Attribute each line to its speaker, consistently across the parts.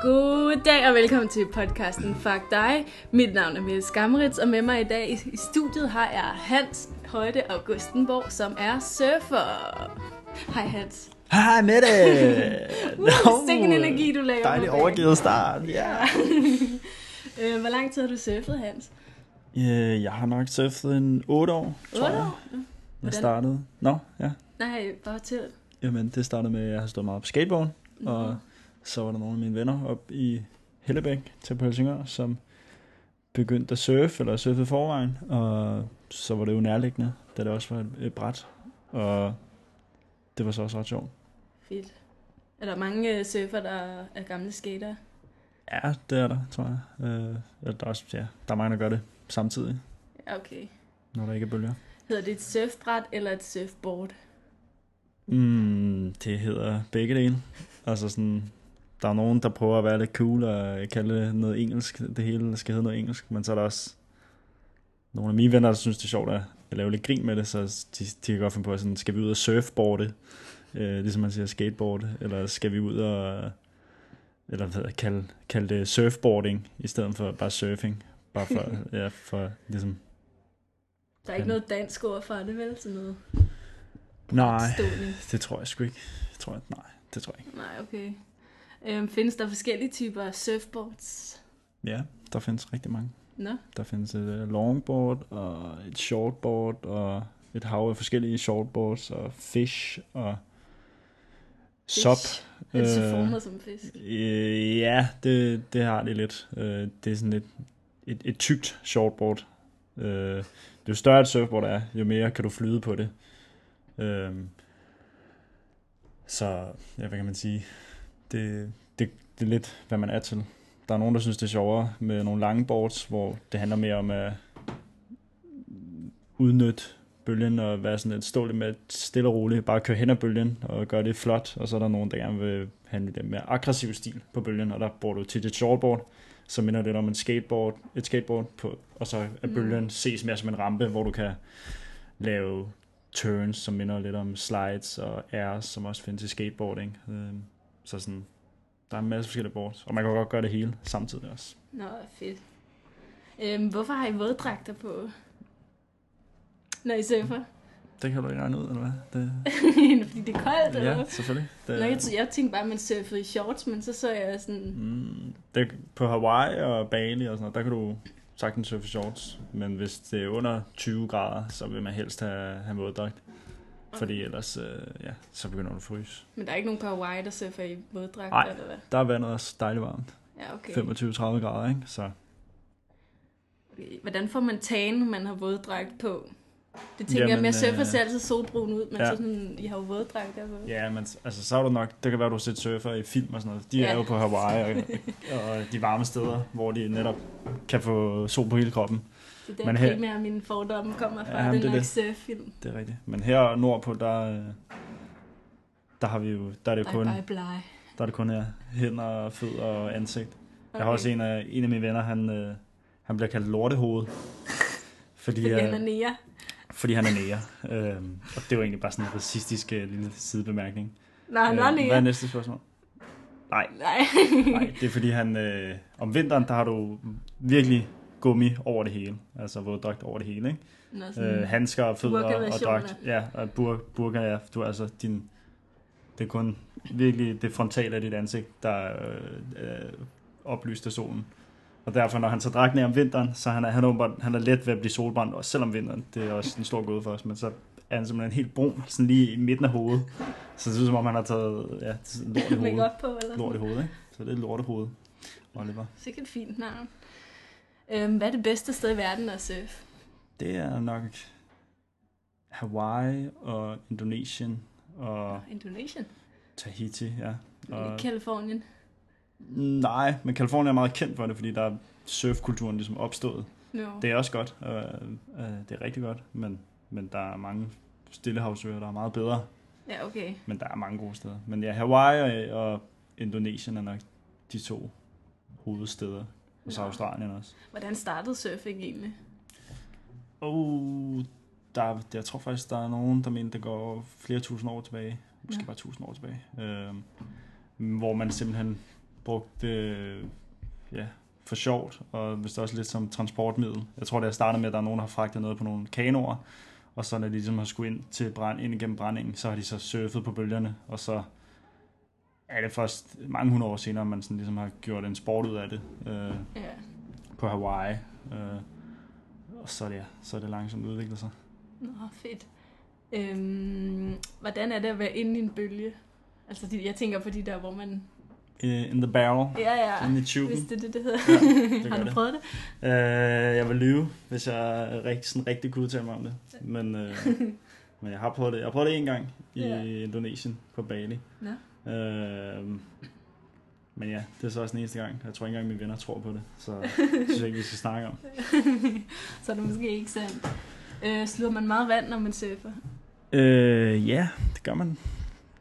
Speaker 1: God dag og velkommen til podcasten Fuck dig. Mit navn er Mette Skammerits, og med mig i dag i studiet har jeg Hans Højde Augustenborg, som er surfer. Hej Hans.
Speaker 2: Hej Mette!
Speaker 1: Uh, sikke en energi, du laver
Speaker 2: Dejlig
Speaker 1: på banen.
Speaker 2: overgivet start, ja.
Speaker 1: Øh, hvor lang tid har du surfet, Hans?
Speaker 2: Yeah. Øh, Jeg har nok surfet en 8 år, tror
Speaker 1: Otte
Speaker 2: jeg.
Speaker 1: år? Ja.
Speaker 2: Jeg
Speaker 1: Hvordan?
Speaker 2: startede. Nå, ja.
Speaker 1: Nej, bare til.
Speaker 2: Jamen, det startede med, at jeg har stået meget på skateboard,
Speaker 1: Mhm.
Speaker 2: og så var der nogle af mine venner op i Hellebæk til på Helsingør, som begyndte at surfe, eller surfede i forvejen, og så var det jo nærliggende, da det også var et- et bræt, og det var så også ret sjovt.
Speaker 1: Fedt. Er der mange øh, surfer, der er gamle skater?
Speaker 2: Ja, det er der, tror jeg. Øh, eller der, er, også- ja, der er mange, der gør det samtidig,
Speaker 1: Ja, Okay.
Speaker 2: når der ikke er bølger.
Speaker 1: Hedder det et surfbræt eller et surfboard?
Speaker 2: Mm, det hedder begge dele. Altså sådan, der er nogen, der prøver at være lidt cool og kalde det noget engelsk. Det hele skal hedde noget engelsk, men så er der også nogle af mine venner, der synes, det er sjovt at at lave lidt grin med det, så de, de kan godt finde på, at sådan, skal vi ud og surfboarde, øh, ligesom man siger skateboard, eller skal vi ud og eller hvad hedder, det, kalde, kalde det surfboarding, i stedet for bare surfing. Bare for, ja, for ligesom...
Speaker 1: Der er ikke
Speaker 2: Ja.
Speaker 1: noget dansk ord for det, vel? Sådan noget
Speaker 2: Nej,
Speaker 1: stående.
Speaker 2: det tror jeg sgu ikke. Det tror jeg, nej, det tror jeg ikke.
Speaker 1: Nej, okay. Øhm, findes der forskellige typer surfboards?
Speaker 2: Ja, der findes rigtig mange.
Speaker 1: Nå,
Speaker 2: Der findes et øh, longboard og et shortboard og et hav af forskellige shortboards og fish og
Speaker 1: fisk.
Speaker 2: sop.
Speaker 1: Er det så
Speaker 2: Øh,
Speaker 1: formet som fisk?
Speaker 2: Øh, ja, det, det har det lidt. Øh, det er sådan lidt et, et tykt shortboard. Øh, jo større et surfboard er, jo mere kan du flyde på det. Øh, så, ja, hvad kan man sige? Det, det, det er lidt, hvad man er til. Der er nogen, der synes, det er sjovere med nogle lange boards, hvor det handler mere om at udnytte bølgen og være sådan lidt stå lidt med stille og roligt, bare køre hen ad bølgen og gøre det flot, og så er der nogen, der gerne vil have en lidt mere aggressiv stil på bølgen, og der bruger du tit et shortboard, som minder lidt om en skateboard, et skateboard på, og så er
Speaker 1: Mm.
Speaker 2: bølgen ses mere som en rampe, hvor du kan lave turns, som minder lidt om slides og airs, som også findes i skateboarding. Øhm, Så sådan, der er en masse forskellige boards, og man kan godt gøre det hele samtidig også.
Speaker 1: Nå, fedt. Øhm, hvorfor har I våddragter på, når I surfer?
Speaker 2: Det kan du ikke regne ud, eller hvad? Det,
Speaker 1: Fordi det er koldt, eller
Speaker 2: ja,
Speaker 1: hvad?
Speaker 2: selvfølgelig. Det,
Speaker 1: Nå, jeg, t- jeg tænkte bare, at man surfede i shorts, men så så jeg sådan...
Speaker 2: Mm, det, på Hawaii og Bali og sådan noget, der kan du sagtens surfe i shorts, men hvis det er under 20 grader, så vil man helst have, have våddragt. Fordi ellers, øh, ja, så begynder du at fryse.
Speaker 1: Men der er ikke nogen på Hawaii, der surfer i våddragter,
Speaker 2: Nej.
Speaker 1: eller hvad?
Speaker 2: Der er vandet også dejligt varmt.
Speaker 1: Ja, okay.
Speaker 2: 25-30 grader, ikke? Så
Speaker 1: okay. Hvordan får man tan, når man har våddragt på? Det tænker jeg,
Speaker 2: Jamen,
Speaker 1: men jeg surfer
Speaker 2: øh,
Speaker 1: ser altid solbrun ud, men
Speaker 2: ja.
Speaker 1: så sådan, I har jo våddragter på.
Speaker 2: Ja, men altså, så er du nok, det kan være, du har set surfer i film og sådan noget. De
Speaker 1: Ja.
Speaker 2: er jo på Hawaii og, og, de varme steder, hvor de netop kan få sol på hele kroppen.
Speaker 1: Det er der
Speaker 2: Men her-
Speaker 1: primært mine fordomme kommer fra,
Speaker 2: Ja, men
Speaker 1: den
Speaker 2: det er
Speaker 1: nok
Speaker 2: det.
Speaker 1: surffilm.
Speaker 2: Det er rigtigt. Men her nordpå, der, øh, der har vi jo, der er det jo
Speaker 1: Bye,
Speaker 2: kun,
Speaker 1: bye, bye.
Speaker 2: der er det kun her, hænder, og fødder og ansigt. Jeg har også en af, en af mine venner, han, øh, han bliver kaldt lortehoved. Fordi,
Speaker 1: Fordi
Speaker 2: øh,
Speaker 1: han er nære.
Speaker 2: fordi han er nære. Øhm, og det var egentlig bare sådan en racistisk øh, lille sidebemærkning.
Speaker 1: Nej, han er
Speaker 2: Øh, hvad er
Speaker 1: nære.
Speaker 2: næste spørgsmål? Nej,
Speaker 1: Nej.
Speaker 2: Nej, det er fordi han, øh, om vinteren, der har du virkelig gummi over det hele. Altså våddragt over det hele, ikke?
Speaker 1: Nå,
Speaker 2: Mm.
Speaker 1: sådan,
Speaker 2: Øh, handsker og fødder og
Speaker 1: Burkaversioner.
Speaker 2: dragt. Ja, og bur, burka, ja. Du er altså din... Det er kun virkelig det frontale af dit ansigt, der er øh, øh, oplyst af solen. Og derfor, når han så dragten af om vinteren, så han er han, åbenbart, han er let ved at blive solbrændt, også selvom vinteren, det er også en stor gåde for os, men så er han simpelthen helt brun, sådan lige i midten af hovedet. Så det ser ud som om, han har taget ja, sådan lort i
Speaker 1: med
Speaker 2: hovedet.
Speaker 1: godt på, eller
Speaker 2: Lort i
Speaker 1: sådan.
Speaker 2: hovedet, ikke? Så det er lortehoved, Oliver.
Speaker 1: Sikkert fint navn. Øhm, hvad er det bedste sted i verden at surfe?
Speaker 2: Det er nok Hawaii og Indonesien og
Speaker 1: Indonesien?
Speaker 2: Tahiti, ja.
Speaker 1: Uh,
Speaker 2: Og,
Speaker 1: Kalifornien?
Speaker 2: nej, men Kalifornien er meget kendt for det, fordi der er surfkulturen ligesom opstået.
Speaker 1: No.
Speaker 2: Det er også godt, øh, øh, det er rigtig godt, men, men der er mange stillehavsøer, der er meget bedre,
Speaker 1: Ja, okay.
Speaker 2: men der er mange gode steder. Men ja, Hawaii og, og Indonesien er nok de to hovedsteder, og så
Speaker 1: Nå.
Speaker 2: Australien også.
Speaker 1: Hvordan startede surfing egentlig?
Speaker 2: Oh, der, er- jeg tror faktisk, der er nogen, der mener, det går flere tusind år tilbage. måske
Speaker 1: Nå.
Speaker 2: bare 1000 år tilbage, øh, hvor man simpelthen brugte øh, ja, for sjovt, og vist også lidt som transportmiddel. Jeg tror, det jeg startede med, at der er nogen, der har fragtet noget på nogle kanoer, og så når de ligesom har skulle ind, til brand, ind igennem brændingen, så har de så surfet på bølgerne, og så er det først mange hundrede år senere, man sådan ligesom har gjort en sport ud af det øh,
Speaker 1: Ja.
Speaker 2: på Hawaii. Øh, og så er, det, så er det langsomt udviklet sig.
Speaker 1: Nå, fedt. Øhm, hvordan er det at være inde i en bølge? Altså, de, jeg tænker på de der, hvor man...
Speaker 2: Øh, In the barrel.
Speaker 1: Ja, ja,
Speaker 2: Inde i tuben.
Speaker 1: hvis det er det, det hedder.
Speaker 2: Ja, det gør
Speaker 1: Har du
Speaker 2: det.
Speaker 1: prøvet det?
Speaker 2: Øh, jeg vil lyve, hvis jeg rigtig, sådan rigtig kunne udtale mig om det. Men, øh, men jeg har prøvet det. Jeg har prøvet det en gang i
Speaker 1: Ja.
Speaker 2: yeah. Indonesien på Bali.
Speaker 1: Nå.
Speaker 2: Øh, men ja, det er så også den eneste gang. Jeg tror ikke engang, mine venner tror på det. Så det synes jeg ikke, vi skal snakke om.
Speaker 1: så er det måske ikke sandt. Øh, sluger man meget vand, når man surfer?
Speaker 2: Øh, ja, det gør man.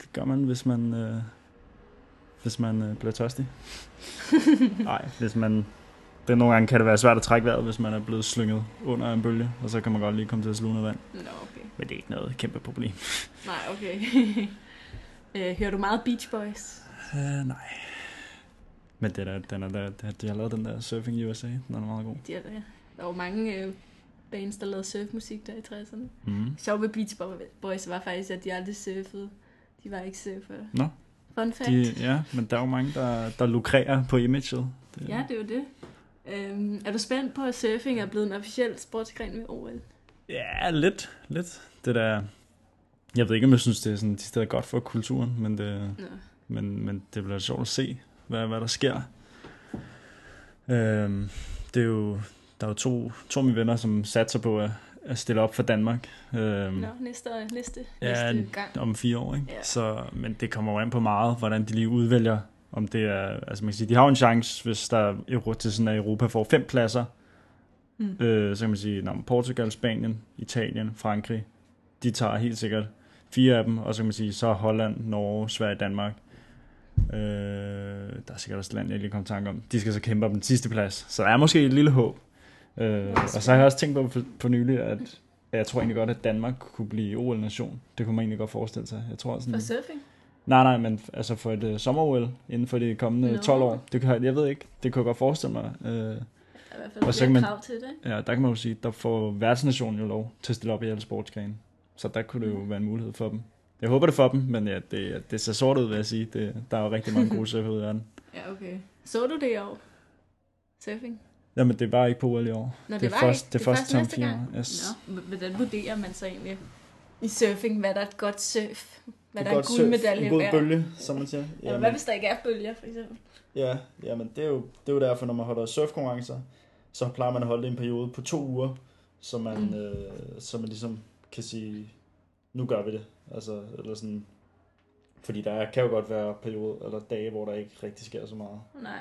Speaker 2: Det gør man, hvis man, øh, hvis man øh, bliver tørstig. Nej, hvis man... Det, nogle gange kan det være svært at trække vejret, hvis man er blevet slynget under en bølge, og så kan man godt lige komme til at sluge noget vand.
Speaker 1: Nå, okay.
Speaker 2: Men det er ikke noget kæmpe problem.
Speaker 1: Nej, okay. øh, hører du meget Beach Boys?
Speaker 2: Uh, nej. Men det der, den er der, der, de har lavet den der Surfing USA, den er meget god.
Speaker 1: De er der. der var mange øh, bands, der lavede surfmusik der i 60'erne.
Speaker 2: Mm.
Speaker 1: Sjov ved Beach Boys var faktisk, at de aldrig surfede. De var ikke surfere.
Speaker 2: Nå.
Speaker 1: Fun fact.
Speaker 2: De, ja, men der er jo mange, der, der lukrerer på imaget. Det,
Speaker 1: Ja, det er jo det. Øhm, er du spændt på, at surfing er blevet en officiel sportsgren ved OL?
Speaker 2: ja, lidt, lidt. Det der, jeg ved ikke, om jeg synes, det er sådan, de steder godt for kulturen, men det,
Speaker 1: Nå.
Speaker 2: men, men det bliver sjovt at se, hvad, hvad der sker. Øhm, det er jo, der er jo to, to af mine venner, som satser på at, at stille op for Danmark. Øhm,
Speaker 1: Nå, næste, næste,
Speaker 2: Ja,
Speaker 1: næste gang.
Speaker 2: om fire år, ikke?
Speaker 1: Ja.
Speaker 2: Så, men det kommer jo an på meget, hvordan de lige udvælger, om det er, altså man kan sige, de har jo en chance, hvis der er Euro- til sådan, at Europa får fem pladser,
Speaker 1: Mm.
Speaker 2: øh, så kan man sige, nå, men Portugal, Spanien, Italien, Frankrig, de tager helt sikkert fire af dem, og så kan man sige, så er Holland, Norge, Sverige, Danmark, øh, der er sikkert også et land, jeg ikke lige kom i tanke om, de skal så kæmpe om den sidste plads, så der er måske et lille håb. Øh, og så har jeg også tænkt på for, for nylig, at Ja, Jeg tror egentlig godt, at Danmark kunne blive OL-nation. Det kunne man egentlig godt forestille sig. Jeg tror sådan...
Speaker 1: Og surfing?
Speaker 2: Nej, nej, men altså for et uh, sommer-OL inden for de kommende
Speaker 1: Nå.
Speaker 2: 12 år. Det kan, jeg ved ikke. Det kunne jeg godt forestille mig. Uh,
Speaker 1: Der er i hvert fald
Speaker 2: Og så
Speaker 1: flere
Speaker 2: kan man-
Speaker 1: krav til det. ikke?
Speaker 2: ja, der kan man jo sige, der får værtsnationen jo lov til at stille op i alle sportsgrene. Så der kunne det jo
Speaker 1: Mm.
Speaker 2: være en mulighed for dem. Jeg håber det for dem, men ja, det, det ser sort ud, vil jeg sige. Det, der er jo rigtig mange gode surfer ude i verden.
Speaker 1: Ja, okay. Så du det i år? Surfing?
Speaker 2: Jamen, det var ikke på OL i år.
Speaker 1: Nå,
Speaker 2: det, er
Speaker 1: var
Speaker 2: først,
Speaker 1: ikke.
Speaker 2: det er først, om
Speaker 1: næste
Speaker 2: fire
Speaker 1: gang.
Speaker 2: år. Yes.
Speaker 1: Nå, h- hvordan vurderer man så egentlig i surfing, hvad der er et godt surf? Hvad der
Speaker 2: Det
Speaker 1: er en
Speaker 2: godt
Speaker 1: guld medalje
Speaker 2: surf, En god
Speaker 1: værd?
Speaker 2: bølge, som man siger.
Speaker 1: Eller hvad hvis der ikke er bølger, for eksempel?
Speaker 2: Ja, jamen det er jo, det er jo derfor, når man holder surfkonkurrencer, så plejer man at holde det i en periode på to uger, så man,
Speaker 1: Mm.
Speaker 2: mm. øh, så man ligesom kan sige, nu gør vi det. Altså, eller sådan, fordi der kan jo godt være perioder eller dage, hvor der ikke rigtig sker så meget.
Speaker 1: Nej.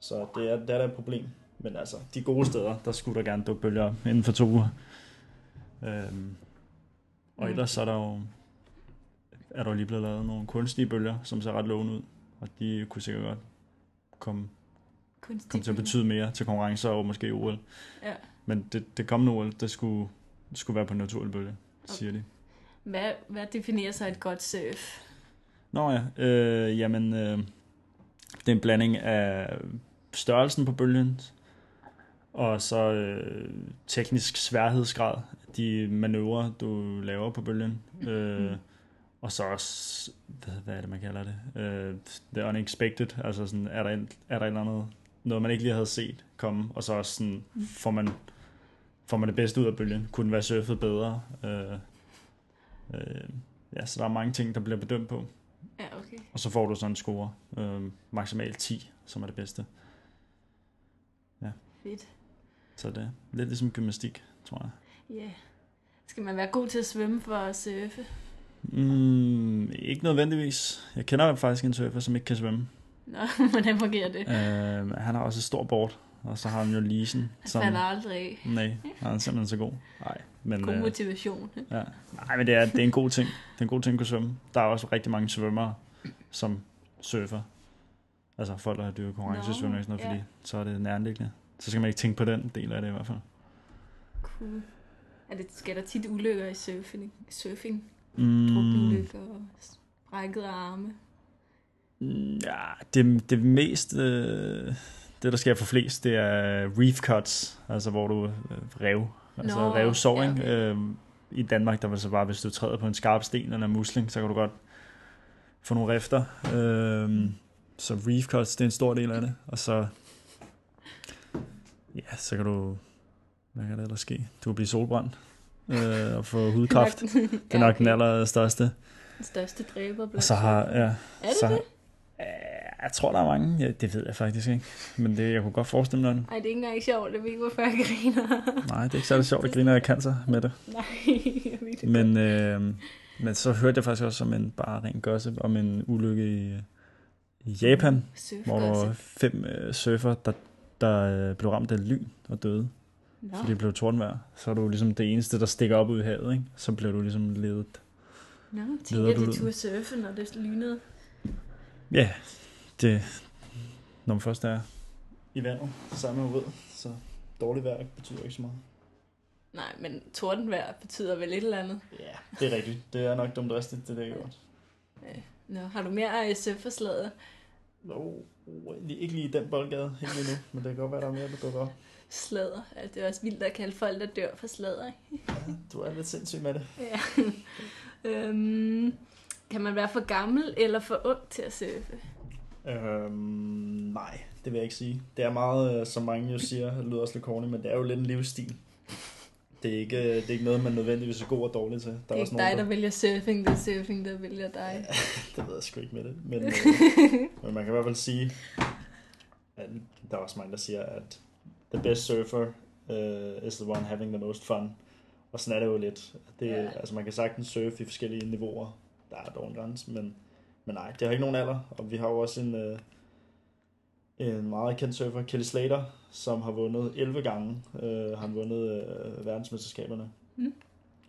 Speaker 2: Så det er, det er da et problem. Men altså, de gode steder, der skulle der gerne dukke bølger op inden for to uger. Øhm, og
Speaker 1: Mm.
Speaker 2: ellers så er der jo er der jo lige blevet lavet nogle kunstige bølger, som ser ret lovende ud. Og de kunne sikkert godt komme,
Speaker 1: Kunstig
Speaker 2: komme til at
Speaker 1: bølge.
Speaker 2: betyde mere til konkurrencer og måske OL.
Speaker 1: Ja.
Speaker 2: Men det, det kommende OL, det skulle, det skulle være på en naturlig bølge, siger de.
Speaker 1: Hvad, hvad definerer så et godt surf?
Speaker 2: Nå ja, øh, jamen, øh, det er en blanding af størrelsen på bølgen, og så øh, teknisk sværhedsgrad, de manøvrer, du laver på bølgen, øh, og så også, hvad, hvad er det, man kalder det? Øh, the unexpected, altså sådan, er der, en, er der et eller andet, noget man ikke lige havde set komme, og så også sådan, får man, får man det bedste ud af bølgen, kunne den være surfet bedre, øh, øh, ja, så der er mange ting, der bliver bedømt på.
Speaker 1: Ja, okay.
Speaker 2: Og så får du sådan en score. Øh, maksimalt 10, som er det bedste.
Speaker 1: Fedt.
Speaker 2: Så det er lidt ligesom gymnastik, tror jeg.
Speaker 1: Ja. Yeah. Skal man være god til at svømme for at surfe?
Speaker 2: Mm, ikke nødvendigvis. Jeg kender faktisk en surfer, som ikke kan svømme.
Speaker 1: Nå, hvordan fungerer det?
Speaker 2: Øh, han har også et stort board, og så har han jo leasen.
Speaker 1: Jeg falder aldrig af.
Speaker 2: Nej, han er simpelthen så god. Nej, men,
Speaker 1: God
Speaker 2: øh,
Speaker 1: motivation.
Speaker 2: ja. Nej, men det, er, det er en god ting. Det er en god ting at kunne svømme. Der er også rigtig mange svømmere, som surfer. Altså folk, der har dyrket konkurrencesvømning og sådan noget,
Speaker 1: ja.
Speaker 2: fordi så er det nærliggende. Så skal man ikke tænke på den del af det i hvert fald.
Speaker 1: Cool. Er det, sker der tit ulykker i surfing? Surfing?
Speaker 2: Mm,
Speaker 1: Drukneulykker og s- brækket arme?
Speaker 2: Ja, det, det mest, øh, det der sker for flest, det er reef cuts, altså hvor du øh, rev, altså
Speaker 1: Nå,
Speaker 2: rev soving.
Speaker 1: ja,
Speaker 2: Øh, I Danmark, der var det så bare, hvis du træder på en skarp sten eller en musling, så kan du godt få nogle rifter. Øh, så reef cuts, det er en stor del af det. Og så, ja, så kan du, hvad kan der ellers ske? Du kan blive solbrændt øh, og få hudkræft. Det er nok den allerstørste.
Speaker 1: Den største dræber.
Speaker 2: Og så har, ja,
Speaker 1: er det
Speaker 2: så,
Speaker 1: det?
Speaker 2: Øh, Jeg tror, der er mange. Ja, det ved jeg faktisk ikke. Men det, jeg kunne godt forestille mig det.
Speaker 1: Ej, det er ikke engang sjovt. Jeg ved ikke, hvorfor jeg griner.
Speaker 2: Nej, det er ikke særlig sjovt at grine af cancer med det.
Speaker 1: Nej, jeg ved det
Speaker 2: Men, øh, men så hørte jeg faktisk også om en bare ren gossip om en ulykke i, øh, i Japan,
Speaker 1: Surf
Speaker 2: hvor der var fem øh, surfer, der, der øh, blev ramt af lyn og døde,
Speaker 1: Nå,
Speaker 2: fordi det blev tordenvejr. Så er du ligesom det eneste, der stikker op ud i havet, ikke? Så blev du ligesom ledet.
Speaker 1: Nå
Speaker 2: leder
Speaker 1: tænker
Speaker 2: du
Speaker 1: de
Speaker 2: ud?
Speaker 1: turde surfe, når det lynede.
Speaker 2: Ja, det, når man først er i vandet, sammen med rød, så dårligt vejr betyder ikke så meget.
Speaker 1: Nej, men tordenvejr betyder vel et eller andet.
Speaker 2: Ja, det er rigtigt. Det er nok dumt rigtigt, det der er gjort.
Speaker 1: Nå, har du mere øh, surferslaget?
Speaker 2: No, øh, ikke lige i den boldgade, ikke lige nu, men det kan godt være, der er mere, der dukker op.
Speaker 1: Slader. Altså, det er også vildt at kalde folk, der dør for slader, ikke?
Speaker 2: Du er lidt sindssyg med det.
Speaker 1: Ja. øhm, kan man være for gammel eller for ung til at surfe?
Speaker 2: Øhm, nej, det vil jeg ikke sige. Det er meget, øh, som mange jo siger, det lyder også lidt corny, men det er jo lidt en livsstil. Det er ikke, øh, det er ikke noget, man nødvendigvis er god og dårlig til. Der
Speaker 1: det er
Speaker 2: også
Speaker 1: ikke dig, der vælger surfing, det er surfing, der vælger dig.
Speaker 2: Ja, det ved jeg sgu ikke med det. Men, øh, men man kan i hvert fald sige, at der er også mange, der siger, at the best surfer uh, is the one having the most fun. Og sådan er det jo lidt. Det,
Speaker 1: Ja.
Speaker 2: yeah. altså, man kan sagtens surfe i forskellige niveauer. Der er dog en grænse, men, men nej, det har ikke nogen alder. Og vi har jo også en, øh, en meget kendt surfer, Kelly Slater, som har vundet 11 gange. Øh, har han vundet øh, verdensmesterskaberne.
Speaker 1: Mm.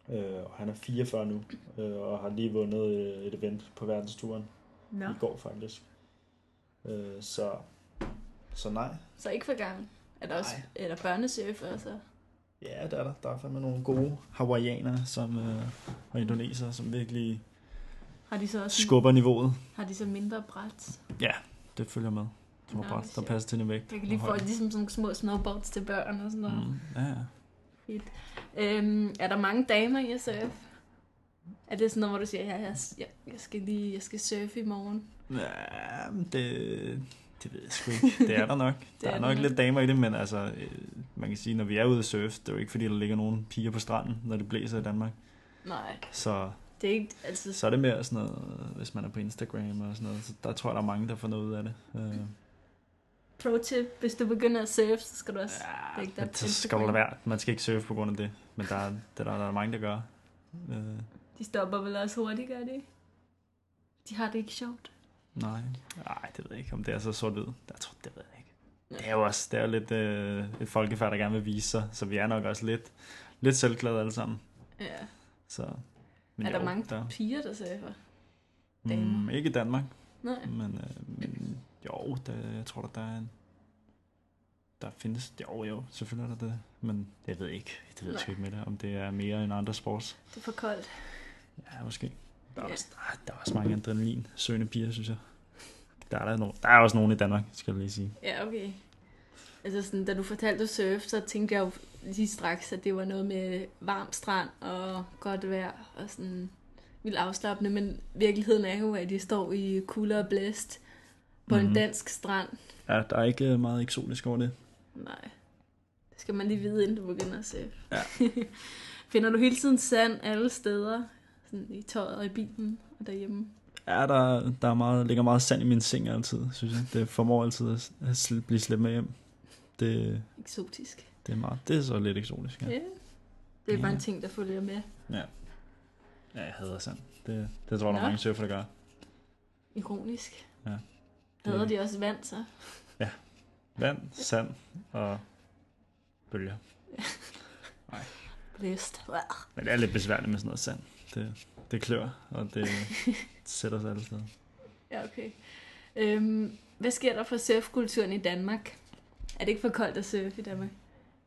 Speaker 2: Øh, og han er 44 nu, øh, og har lige vundet øh, et event på verdensturen
Speaker 1: Nå.
Speaker 2: i går faktisk. Øh, så, så nej.
Speaker 1: Så ikke for gammel. Er der også
Speaker 2: Nej.
Speaker 1: er der børnesurfer så?
Speaker 2: Ja, der er der. Der er fandme nogle gode hawaiianere som, øh, og indonesere, som virkelig
Speaker 1: Har de så også
Speaker 2: skubber niveauet.
Speaker 1: har de så mindre bræt?
Speaker 2: Det følger med. Som
Speaker 1: Nå,
Speaker 2: er bræt, der
Speaker 1: sjovt.
Speaker 2: passer til din vægt.
Speaker 1: Jeg kan lige
Speaker 2: og
Speaker 1: få
Speaker 2: højden.
Speaker 1: ligesom sådan små snowboards til børn og sådan noget. Mm.
Speaker 2: Mm, ja, ja.
Speaker 1: Øhm, er der mange damer i at surfe? Er det sådan noget, hvor du siger, ja, jeg, jeg, jeg skal lige jeg skal surfe i morgen?
Speaker 2: Ja, men det, det ved jeg sgu ikke. Det er der nok.
Speaker 1: Det
Speaker 2: der er,
Speaker 1: er der
Speaker 2: nok
Speaker 1: nok.
Speaker 2: lidt damer i det, men altså, øh, man kan sige, når vi er ude at surfe, det er jo ikke fordi, der ligger nogen piger på stranden, når det blæser i Danmark.
Speaker 1: Nej,
Speaker 2: Så,
Speaker 1: det er ikke altså, altid
Speaker 2: så er det mere sådan noget, hvis man er på Instagram og sådan noget. Så der tror jeg, der er mange, der får noget ud af det. Øh,
Speaker 1: pro tip. Hvis du begynder at surfe, så skal du også...
Speaker 2: Ja,
Speaker 1: dække dig
Speaker 2: men
Speaker 1: op
Speaker 2: så
Speaker 1: til
Speaker 2: skal du lade
Speaker 1: Instagram.
Speaker 2: være. Man skal ikke surfe på grund af det. Men der er, det er der, der er mange, der gør. Øh,
Speaker 1: De stopper vel også hurtigt, gør de? ikke? De har det ikke sjovt.
Speaker 2: nej. Nej, det ved jeg ikke, om det er så sort ud. Jeg tror, det ved jeg ikke. Det er jo også det er jo lidt øh, et folkefærd, der gerne vil vise sig. Så vi er nok også lidt, lidt selvglade alle sammen.
Speaker 1: Ja.
Speaker 2: Så,
Speaker 1: er der
Speaker 2: jo,
Speaker 1: mange
Speaker 2: der-
Speaker 1: piger, der surfer? damer?
Speaker 2: Mm, ikke i Danmark,
Speaker 1: Nej.
Speaker 2: men, øh, men jo, der, jeg tror, der, der er en... Der findes... Jo, jo, selvfølgelig er der det. Men jeg ved ikke. Det ved jeg sgu ikke med det, om det er mere end andre sports.
Speaker 1: Det er for koldt.
Speaker 2: Ja, måske. Der er,
Speaker 1: Ja.
Speaker 2: også, der, er- der er også mange adrenalin søgende piger, synes jeg. Der er, der, no, der er også nogen i Danmark, skal jeg lige sige.
Speaker 1: Ja, okay. Altså sådan, da du fortalte, at du surfede, så tænkte jeg jo lige straks, at det var noget med varm strand og godt vejr og sådan vildt afslappende, men virkeligheden er jo, at de står i kulde og blæst på mm. en
Speaker 2: Mhm.
Speaker 1: dansk strand.
Speaker 2: Ja, der er ikke øh, meget eksotisk over det.
Speaker 1: Nej, det skal man lige vide, inden du begynder at surfe.
Speaker 2: Ja.
Speaker 1: Finder du hele tiden sand alle steder, sådan i tøjet og i bilen og derhjemme?
Speaker 2: Ja, der, der er meget, ligger meget sand i min seng altid, synes jeg. Det formår altid at, s- at sl- blive slæbt med hjem. Det,
Speaker 1: Eksotisk.
Speaker 2: det, er meget, det er så lidt eksotisk, ja.
Speaker 1: Ja. Det er bare en
Speaker 2: Ja.
Speaker 1: ting, der følger med.
Speaker 2: Ja, jeg hader sand. Det, det tror jeg, der
Speaker 1: Nå.
Speaker 2: er mange surfer, der gør.
Speaker 1: Ironisk.
Speaker 2: Ja.
Speaker 1: Hader
Speaker 2: Det-
Speaker 1: de også vand, så?
Speaker 2: Vand, sand og bølger.
Speaker 1: Blæst.
Speaker 2: Men det er lidt besværligt med sådan noget sand. Det, det klør, og det sætter sig alle steder.
Speaker 1: Ja, okay. Øhm, hvad sker der for surfkulturen i Danmark? Er det ikke for koldt at surfe i Danmark?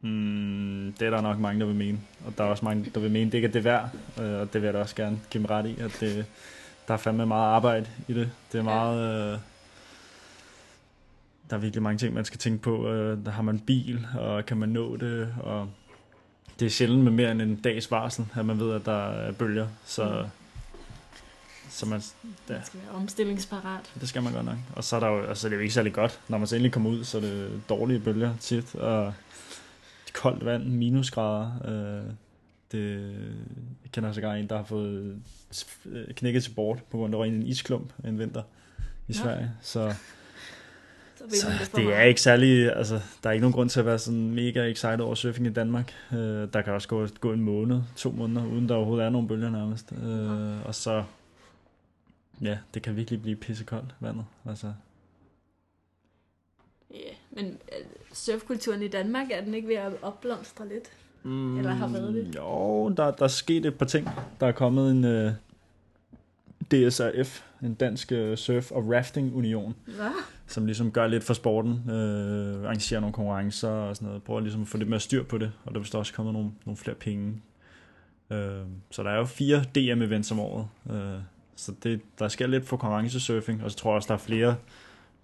Speaker 2: Mm, det er der nok mange, der vil mene. Og der er også mange, der vil mene, det ikke er det værd. Øh, Og det vil jeg da også gerne give mig ret i, at det, der er fandme meget arbejde i det. Det er meget... Øh, der er virkelig mange ting, man skal tænke på. Øh, der har man bil, og kan man nå det, og det er sjældent med mere end en dags varsel, at man ved, at der er bølger, så,
Speaker 1: Mm.
Speaker 2: så man, Ja.
Speaker 1: Man skal være omstillingsparat.
Speaker 2: det skal man godt nok. Og så er, der jo, altså, det er jo ikke særlig godt. Når man så endelig kommer ud, så er det dårlige bølger tit, og koldt vand, minusgrader. Øh, det, jeg kender sågar en, der har fået øh, knækket til bord på grund af en isklump en vinter
Speaker 1: Nå.
Speaker 2: i Sverige. Så,
Speaker 1: Så,
Speaker 2: så
Speaker 1: man for
Speaker 2: det er
Speaker 1: meget.
Speaker 2: ikke særlig, altså der er ikke nogen grund til at være sådan mega excited over surfing i Danmark. Øh, der kan også gå, gå en måned, to måneder, uden der overhovedet er nogen bølger nærmest. Øh, og så, ja, det kan virkelig blive pissekoldt vandet. Altså,
Speaker 1: Ja, men øh, surfkulturen i Danmark, er den ikke ved at opblomstre lidt?
Speaker 2: Mm,
Speaker 1: Eller har været det?
Speaker 2: Jo, der, der er sket et par ting. Der er kommet en øh, DSRF, en dansk øh, surf- og rafting-union,
Speaker 1: Hvad?
Speaker 2: som ligesom gør lidt for sporten, øh, arrangerer nogle konkurrencer og sådan noget, prøver ligesom at få lidt mere styr på det, og der vil så også komme nogle, nogle flere penge. Øh, så der er jo fire DM-events om året, øh, så det, der sker lidt for konkurrencesurfing, og så tror jeg også, der er flere,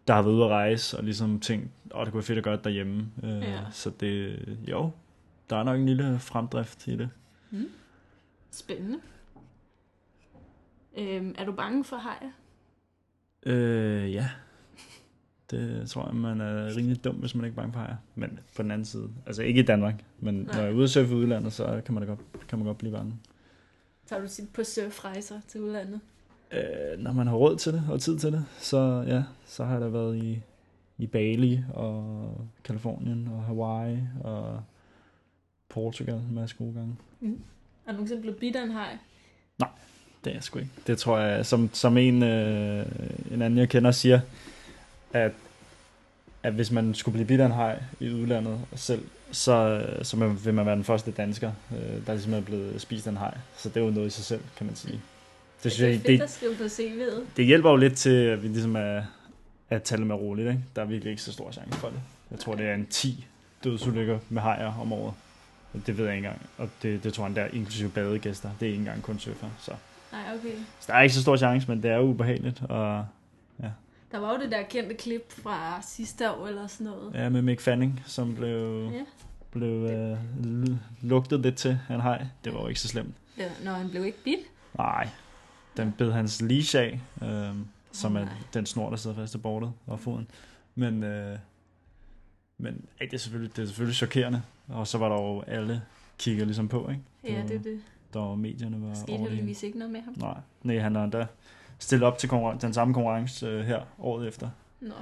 Speaker 2: der har været ude at rejse og ligesom tænkt, åh, det kunne være fedt at gøre det derhjemme. Øh,
Speaker 1: Ja.
Speaker 2: Så det, jo, der er nok en lille fremdrift i det.
Speaker 1: Mm. Spændende. Øhm, er du bange for hajer?
Speaker 2: Øh, ja. Det tror jeg, man er rimelig dum, hvis man ikke er bange for hajer. Men på den anden side, altså ikke i Danmark, men Nej.
Speaker 1: Nej.
Speaker 2: når jeg er ude at surfe i udlandet, så kan man, da godt, kan man godt blive bange.
Speaker 1: Tager du tit på surfrejser til udlandet?
Speaker 2: Øh, når man har råd til det og tid til det, så ja, så har jeg da været i, i Bali og Kalifornien og Hawaii og Portugal en masse gode gange.
Speaker 1: Er du nogensinde blevet bidt af en haj?
Speaker 2: Det er jeg sgu ikke. Det tror jeg, som, som en, øh, en anden, jeg kender, siger, at, at hvis man skulle blive bidt af en haj i udlandet selv, så, så man, vil man være den første dansker, øh, der ligesom er blevet spist af en haj. Så det er jo noget i sig selv, kan man sige. Det, synes jeg,
Speaker 1: det er fedt
Speaker 2: det,
Speaker 1: at skrive på CV'et.
Speaker 2: det hjælper jo lidt til, at vi ligesom er, at tage det med roligt. Ikke? Der er virkelig ikke så stor chance for det. Jeg tror, det er en 10 dødsulykker med hajer om året. Og Det ved jeg ikke engang. Og det, det tror jeg endda, inklusive badegæster. Det er ikke engang kun surfer. Så.
Speaker 1: Nej, okay.
Speaker 2: Så der er ikke så stor chance, men det er jo ubehageligt. Og,
Speaker 1: Der var jo det der kendte klip fra sidste år eller sådan noget.
Speaker 2: ja, med Mick Fanning, som blev,
Speaker 1: Ja.
Speaker 2: blev øh, l- lugtet lidt til af en haj. Det var jo ikke så slemt.
Speaker 1: ja. Når han blev ikke bidt.
Speaker 2: Nej, den bed hans leash af, øh, som er
Speaker 1: Nej.
Speaker 2: den snor, der sidder fast i bordet og foden. Men, øh, men øh, det, er selvfølgelig, det er selvfølgelig chokerende. Og så var der jo alle kigger ligesom på, ikke?
Speaker 1: Ja,
Speaker 2: Mm.
Speaker 1: det er det.
Speaker 2: Der var medierne var
Speaker 1: Der skete
Speaker 2: over det hele.
Speaker 1: heldigvis ikke noget med ham.
Speaker 2: Nej, nej, han har endda stillet op til konkurren- den samme konkurrence øh, her året efter.
Speaker 1: Nå,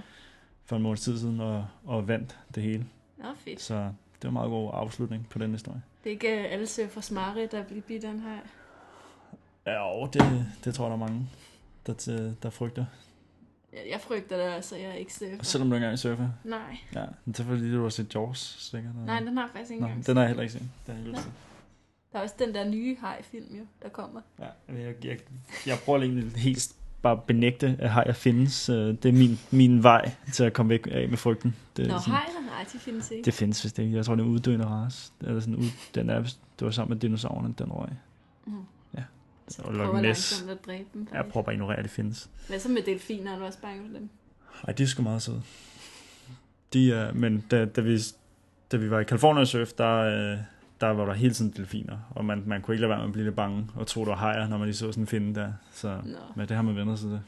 Speaker 2: for en måneds tid siden og, og vandt det hele.
Speaker 1: Nå fedt.
Speaker 2: Så det var en meget god afslutning på den historie.
Speaker 1: Det er ikke øh, alle surfer smarte, der bliver bidt af en haj.
Speaker 2: Ja, og det, det tror jeg, der er mange, der, til- der frygter.
Speaker 1: Jeg, jeg frygter det, altså. Jeg er ikke surfer.
Speaker 2: Og selvom du ikke engang surfer.
Speaker 1: Nej.
Speaker 2: Ja, men det er fordi, du har set Jaws, sikkert. eller-
Speaker 1: Nej, den har jeg faktisk ikke
Speaker 2: Nå,
Speaker 1: engang.
Speaker 2: den
Speaker 1: set.
Speaker 2: har jeg heller ikke set. Den har jeg heller ikke set.
Speaker 1: Der er også den der nye haj-film, jo, der kommer.
Speaker 2: Ja, men jeg, jeg, jeg prøver egentlig helt bare at benægte, at hajer findes. Øh, Det er min, min vej til at komme væk af med frygten. Det, er
Speaker 1: Nå,
Speaker 2: Øh, sådan-
Speaker 1: hajer? Nej, de findes ikke.
Speaker 2: det findes vist ikke. Jeg tror, det er en uddøende race. Eller sådan, ud, den er, vist- det var sammen med dinosaurerne, den røg.
Speaker 1: Mm.
Speaker 2: Det var
Speaker 1: Jeg
Speaker 2: Loch
Speaker 1: prøver
Speaker 2: Ness.
Speaker 1: langsomt at dræbe dem,
Speaker 2: Jeg
Speaker 1: faktisk.
Speaker 2: prøver bare at ignorere, at det findes.
Speaker 1: Hvad så med delfiner? Er du også bange for dem?
Speaker 2: Ej, de er sgu meget søde. De er, men da, da, vi, da vi var i Californien og surf, der, øh, der var der hele tiden delfiner, og man, man kunne ikke lade være med at blive lidt bange, og tro, der var hajer, når man lige så sådan en finde der. Så,
Speaker 1: Nå.
Speaker 2: men det har man vendt sig til.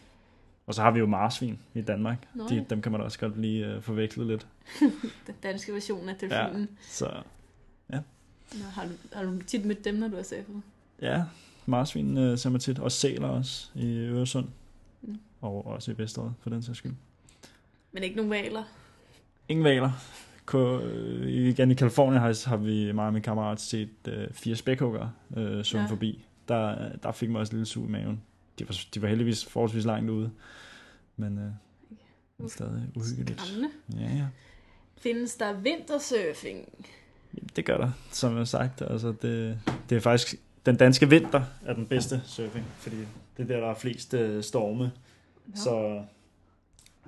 Speaker 2: Og så har vi jo marsvin i Danmark.
Speaker 1: Nå,
Speaker 2: De, dem kan man da også godt lige øh, forveksle lidt.
Speaker 1: den danske version af delfinen. Ja.
Speaker 2: Så
Speaker 1: Nå, har, du, har du tit mødt dem, når du har surfet?
Speaker 2: ja, marsvin øh, ser man tit, og sæler også i Øresund,
Speaker 1: Mm.
Speaker 2: og også i Vesteret for den sags skyld.
Speaker 1: Men ikke nogen valer?
Speaker 2: Ingen valer. Ko- øh, igen i Kalifornien har, har vi mig og min kammerat set øh, fire spækhugger øh, svømme
Speaker 1: Ja.
Speaker 2: ja. forbi. Der, der fik mig også en lille sug i maven. De var, de var heldigvis forholdsvis langt ude. Men øh,
Speaker 1: Uff.
Speaker 2: uh, stadig uhyggeligt.
Speaker 1: Skræmmende.
Speaker 2: Ja, ja.
Speaker 1: Findes der vintersurfing?
Speaker 2: Jamen, Det gør der, som jeg har sagt. Altså, det, det er faktisk den danske vinter er den bedste surfing, fordi det er der, der er flest øh, storme.
Speaker 1: Nå.
Speaker 2: Så,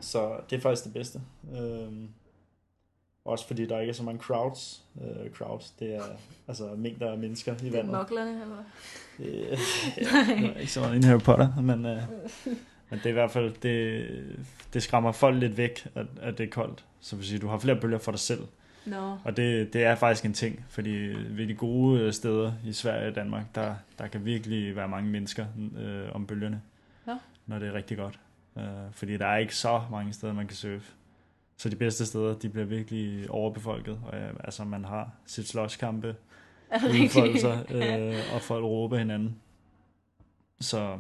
Speaker 2: så det er faktisk det bedste. Øhm, Også fordi der ikke er så mange crowds. Øh, crowds, det er altså mængder af mennesker i
Speaker 1: Det er
Speaker 2: vandet.
Speaker 1: moklerne, eller hvad?
Speaker 2: Øh,
Speaker 1: Nej.
Speaker 2: ja, ikke så meget en Harry Potter, men, øh, men det er i hvert fald, det, det skræmmer folk lidt væk, at, at det er koldt. Så vil sige, du har flere bølger for dig selv.
Speaker 1: Nå,
Speaker 2: Og det, det er faktisk en ting, fordi ved de gode øh, steder i Sverige og Danmark, der, der kan virkelig være mange mennesker øh, om bølgerne,
Speaker 1: Ja.
Speaker 2: når det er rigtig godt. Øh, fordi der er ikke så mange steder, man kan surfe. Så de bedste steder, de bliver virkelig overbefolket. Og, øh, altså, man har sit slåskampe,
Speaker 1: er det rigtigt?
Speaker 2: udfoldelser, øh, og folk råber hinanden. Så,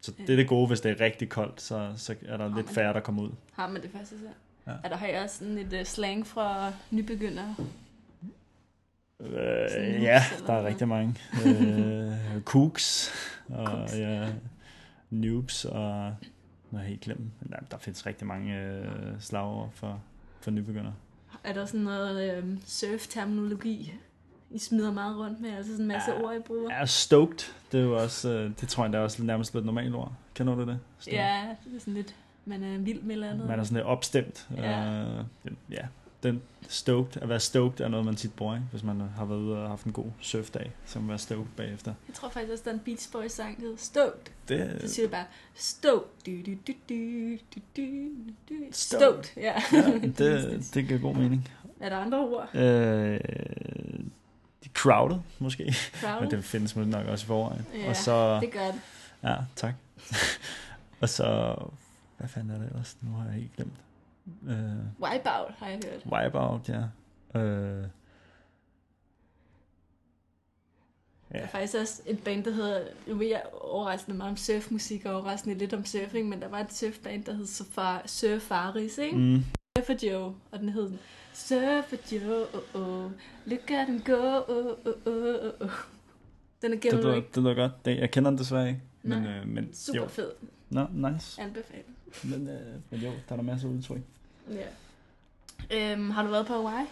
Speaker 2: så det er det gode, hvis det er rigtig koldt, så, så er der lidt
Speaker 1: men-
Speaker 2: færre, der kommer ud.
Speaker 1: Har man det første selv?
Speaker 2: Ja.
Speaker 1: Ja. Er der har jeg også sådan et uh, slang fra nybegyndere? Sådan en
Speaker 2: Øh, ja,
Speaker 1: hus eller
Speaker 2: der er
Speaker 1: noget.
Speaker 2: rigtig mange. Øh, cooks, og
Speaker 1: Cooks.
Speaker 2: ja, noobs, og nu har jeg helt glemt. dem. Men der, der findes rigtig mange øh, slagord for, for nybegyndere.
Speaker 1: Er der sådan noget øh, surf-terminologi, I smider meget rundt med? Altså sådan en masse
Speaker 2: Ja.
Speaker 1: ord, I bruger?
Speaker 2: Ja, stoked, det er jo også, øh, det tror jeg, det er også nærmest lidt normalt ord. Kender du det? Stoked.
Speaker 1: Ja, det er sådan lidt, man er vild med eller andet.
Speaker 2: Man er sådan lidt opstemt.
Speaker 1: Ja.
Speaker 2: Øh, ja. Den stoked, at være stoked er noget, man tit bruger, ikke? hvis man øh, har været ude og haft en god surfdag, så kan man være stoked bagefter.
Speaker 1: Jeg tror faktisk også, der er en Beach Boys sang, der hedder Stoked.
Speaker 2: Det,
Speaker 1: Så siger det bare, Stoked. Du, du, du, du, du, du, du.
Speaker 2: Stoked.
Speaker 1: Stoked. Ja.
Speaker 2: ja, det, det giver god mening.
Speaker 1: Er der andre ord?
Speaker 2: Øh, de crowded, måske. Men
Speaker 1: Crowded?
Speaker 2: det findes måske nok også i forvejen.
Speaker 1: Ja,
Speaker 2: og så...
Speaker 1: Det gør det.
Speaker 2: Ja, tak. og så... Hvad fanden er det ellers? Nu har jeg helt glemt. Øh,
Speaker 1: Wipeout har jeg hørt.
Speaker 2: Wipeout, ja. Øh,
Speaker 1: Der
Speaker 2: ja.
Speaker 1: er faktisk også et band, der hedder, nu ved jeg overraskende meget om surfmusik, og overraskende lidt om surfing, men der var et surfband, der hed Surfa- Surfaris, ikke? Mm.
Speaker 2: Mm,
Speaker 1: Surfer Joe, og den hed Surfer Joe, oh, oh. look at him go, oh, oh, oh, oh, oh. Den er
Speaker 2: det,
Speaker 1: gennem
Speaker 2: lyder,
Speaker 1: ikke
Speaker 2: det lyder godt. Det, jeg kender den desværre ikke. Men,
Speaker 1: Nej.
Speaker 2: øh, men
Speaker 1: super
Speaker 2: jo.
Speaker 1: fed.
Speaker 2: Nå, nice.
Speaker 1: Anbefaling.
Speaker 2: Men, øh, men jo, der er der masser af udtryk.
Speaker 1: Ja. Øhm, har du været på Hawaii?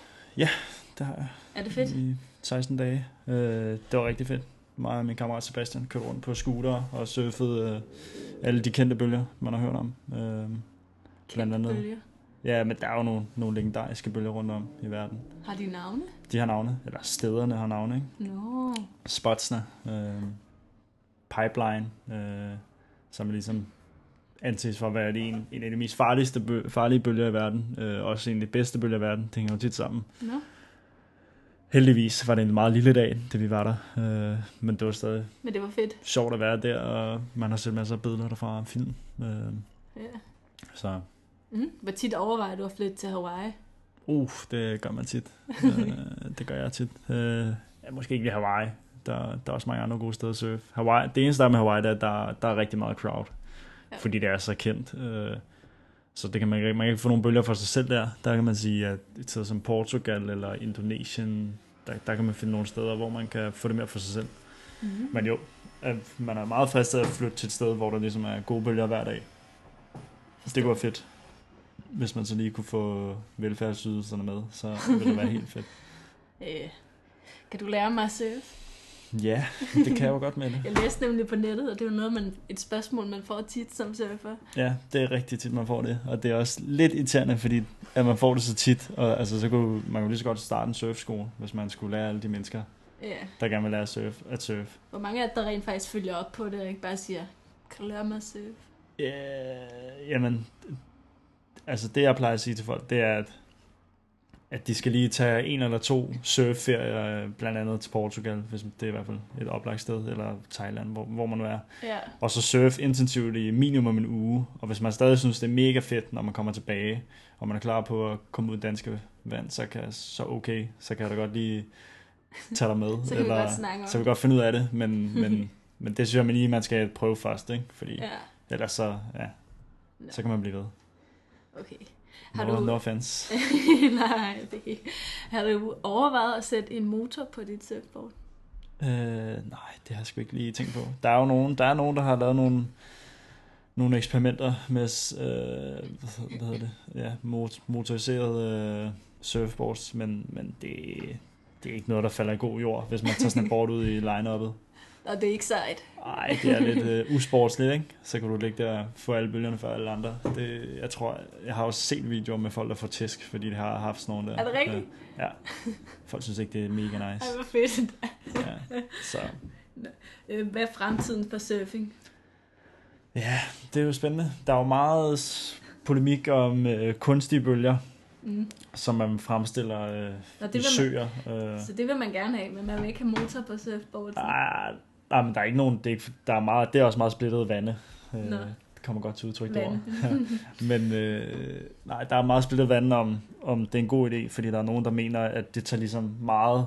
Speaker 2: Det har jeg.
Speaker 1: Er det fedt?
Speaker 2: i 16 dage. Øh, det var rigtig fedt. Mig og min kammerat Sebastian kørte rundt på scooter og surfede øh, alle de kendte bølger, man har hørt om. Øh, blandt andet.
Speaker 1: Bølger.
Speaker 2: ja, men der er jo nogle, nogle legendariske bølger rundt om i verden.
Speaker 1: Har de navne?
Speaker 2: De har navne, eller stederne har navne, ikke?
Speaker 1: Nå.
Speaker 2: Mm. Spotsna, øh, Pipeline, øh, som er ligesom anses for at være det en, en af de mest farligste bø- farlige bølger i verden. Øh, også en af de bedste bølger i verden. Det hænger jo tit sammen.
Speaker 1: Nå.
Speaker 2: Heldigvis var det en meget lille dag, da vi var der, øh, men det var stadig
Speaker 1: Men det var fedt.
Speaker 2: sjovt at være der, og man har set masser af billeder derfra og film. Øh,
Speaker 1: Ja.
Speaker 2: så
Speaker 1: Mm. Hvor tit overvejer du at flytte til Hawaii?
Speaker 2: uh, det gør man tit. øh, det gør jeg tit. Øh, ja, måske ikke lige Hawaii. Der, der er også mange andre gode steder at surfe. Hawaii, det eneste der er med Hawaii, det er, at der, der er rigtig meget crowd,
Speaker 1: Ja.
Speaker 2: ja. fordi det er så kendt. Øh, så det kan man, ikke- man kan ikke få nogle bølger for sig selv der. Der kan man sige, at et sted som Portugal eller Indonesien, der, der kan man finde nogle steder, hvor man kan få det mere for sig selv.
Speaker 1: Mm.
Speaker 2: Men jo, at man er meget fristet at flytte til et sted, hvor der ligesom er gode bølger hver dag. Det kunne være fedt. Hvis man så lige kunne få velfærdsydelserne med, så ville det være helt fedt.
Speaker 1: Øh, kan du lære mig at surfe?
Speaker 2: Ja, det kan jeg jo godt med det.
Speaker 1: Jeg læste nemlig på nettet, og det er jo noget, man, et spørgsmål, man får tit som surfer.
Speaker 2: Ja, det er rigtig tit, man får det. Og det er også lidt irriterende, fordi at man får det så tit. Og altså, så kunne man jo lige så godt starte en surfskole, hvis man skulle lære alle de mennesker,
Speaker 1: Ja.
Speaker 2: der gerne vil lære at surfe, at surfe.
Speaker 1: Hvor mange af jer, der rent faktisk følger op på det, og ikke bare siger, kan du lære mig at surfe?
Speaker 2: Øh, jamen, altså det jeg plejer at sige til folk, det er, at, at de skal lige tage en eller to surfferier, øh, blandt andet til Portugal, hvis det er i hvert fald et oplagt sted, eller Thailand, hvor, hvor man nu er.
Speaker 1: Ja.
Speaker 2: Og så surfe intensivt i minimum en uge, og hvis man stadig synes, det er mega fedt, når man kommer tilbage, og man er klar på at komme ud i danske vand, så, kan, så okay, så kan jeg da godt lige tage dig med.
Speaker 1: Så kan Eller, vi godt snakke om
Speaker 2: så kan vi godt finde ud af det, men, men, men det synes jeg man lige, man skal prøve først, ikke? Fordi,
Speaker 1: Ja,
Speaker 2: Ellers så, ja,
Speaker 1: Nå.
Speaker 2: så kan man blive ved.
Speaker 1: okay. Har
Speaker 2: Har no,
Speaker 1: du-
Speaker 2: du... no offense.
Speaker 1: Nej, det er ikke. Har du overvejet at sætte en motor på dit surfboard?
Speaker 2: øh, nej, det har jeg sgu ikke lige tænkt på. Der er jo nogen, der, er nogen, der har lavet nogle, nogle eksperimenter med, s- øh, hvad hedder- hvad hedder det, ja, mot- motoriserede øh, surfboards, men, men det, det er ikke noget, der falder i god jord, hvis man tager sådan en board ud i line-uppet.
Speaker 1: og det er ikke sejt.
Speaker 2: Nej, det er lidt øh, usportsligt, ikke? Så kan du ligge der og få alle bølgerne for alle andre. Det, jeg tror, jeg har også set videoer med folk, der får tæsk, fordi de har haft sådan nogle der.
Speaker 1: Er det rigtigt?
Speaker 2: Ja. ja. Folk synes ikke, det er mega nice.
Speaker 1: Ej, hvor fedt.
Speaker 2: Ja. Så
Speaker 1: Øh, Hvad er fremtiden for surfing?
Speaker 2: ja, det er jo spændende. Der er jo meget s- polemik om øh, kunstige bølger,
Speaker 1: Mm.
Speaker 2: som man fremstiller øh,
Speaker 1: Nå, det vil
Speaker 2: i
Speaker 1: man-
Speaker 2: søer. Øh.
Speaker 1: Så det vil man gerne have, men man vil ikke have motor på surfboardet.
Speaker 2: Ah, nej, men der er ikke nogen, det er, ikke- der er meget, det er også meget splittet vande. Øh,
Speaker 1: Nå.
Speaker 2: det kommer godt til udtryk
Speaker 1: Vande.
Speaker 2: derovre. Men øh, nej, der er meget splittet vand om, om det er en god idé, fordi der er nogen, der mener, at det tager ligesom meget,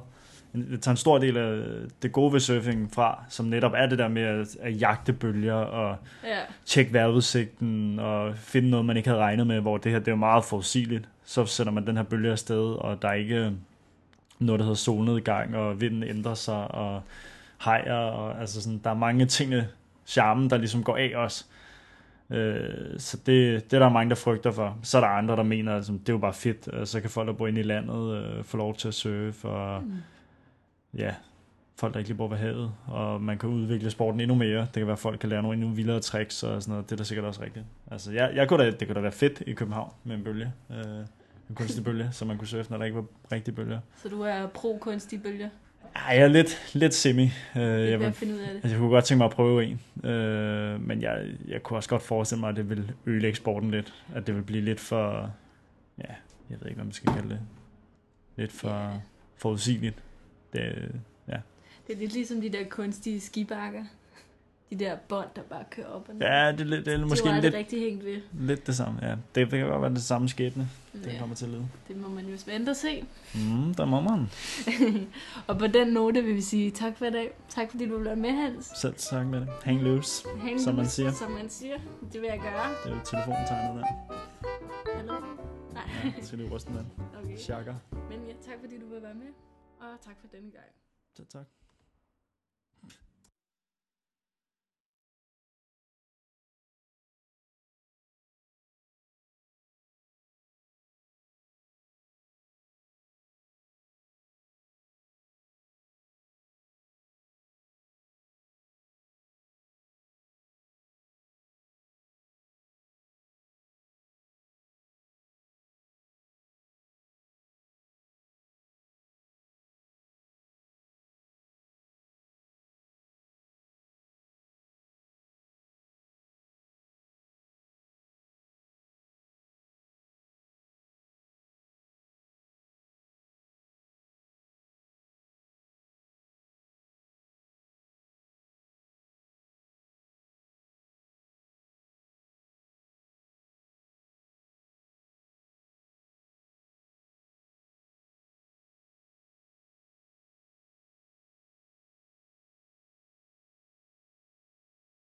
Speaker 2: en- det tager en stor del af det gode ved surfing fra, som netop er det der med at, at jagte bølger og
Speaker 1: Ja.
Speaker 2: tjekke vejrudsigten og finde noget, man ikke havde regnet med, hvor det her det er jo meget forudsigeligt. Så sender man den her bølge afsted, og der er ikke noget, der hedder solnedgang, og vinden ændrer sig, og hejer, og altså sådan, der er mange ting, charmen, der ligesom går af os. Øh, så det, det er der mange, der frygter for. Så er der andre, der mener, at altså, det er jo bare fedt, og så kan folk, der bor inde i landet, øh, få lov til at surfe, og
Speaker 1: Mm.
Speaker 2: ja, folk, der ikke lige bor ved havet, og man kan udvikle sporten endnu mere. Det kan være, at folk kan lære nogle endnu vildere tricks og sådan noget. Det er da sikkert også rigtigt. Altså, jeg, jeg kunne da, det kunne da være fedt i København med en bølge. Øh, en kunstig bølge, så man kunne surfe, når der ikke var rigtige bølger.
Speaker 1: Så du er pro-kunstige bølger?
Speaker 2: Ej, jeg er lidt, lidt semi. Øh,
Speaker 1: Det
Speaker 2: jeg,
Speaker 1: kan
Speaker 2: vil,
Speaker 1: jeg finde ud af det.
Speaker 2: altså, jeg kunne godt tænke mig at prøve en, øh, men jeg, jeg kunne også godt forestille mig, at det ville øge eksporten lidt. At det ville blive lidt for, ja, jeg ved ikke, hvad man skal kalde det. Lidt
Speaker 1: Ja.
Speaker 2: for forudsigeligt. Det,
Speaker 1: Det er lidt ligesom de der kunstige skibakker. De der bånd, der bare kører op og ned.
Speaker 2: ja, det, er lidt- det er
Speaker 1: det
Speaker 2: måske
Speaker 1: var
Speaker 2: lidt,
Speaker 1: aldrig rigtig hængt ved.
Speaker 2: Lidt det samme, ja. Det, det kan godt være det samme skæbne, den
Speaker 1: Ja,
Speaker 2: kommer til at lede.
Speaker 1: det må man jo vente og se.
Speaker 2: Mm, der må man.
Speaker 1: og på den note vil vi sige tak for i dag. Tak fordi du blev med, Hans.
Speaker 2: Selv tak med det. Hang loose.
Speaker 1: Hang
Speaker 2: Som man
Speaker 1: loose,
Speaker 2: siger.
Speaker 1: Som man siger. Det vil jeg gøre.
Speaker 2: Det er jo telefontegnet der.
Speaker 1: Hallo? Nej.
Speaker 2: Ja, så det er jo også den der.
Speaker 1: Okay.
Speaker 2: Chakker.
Speaker 1: Men ja, tak fordi du vil være med. Og tak for denne gang.
Speaker 2: Selv tak.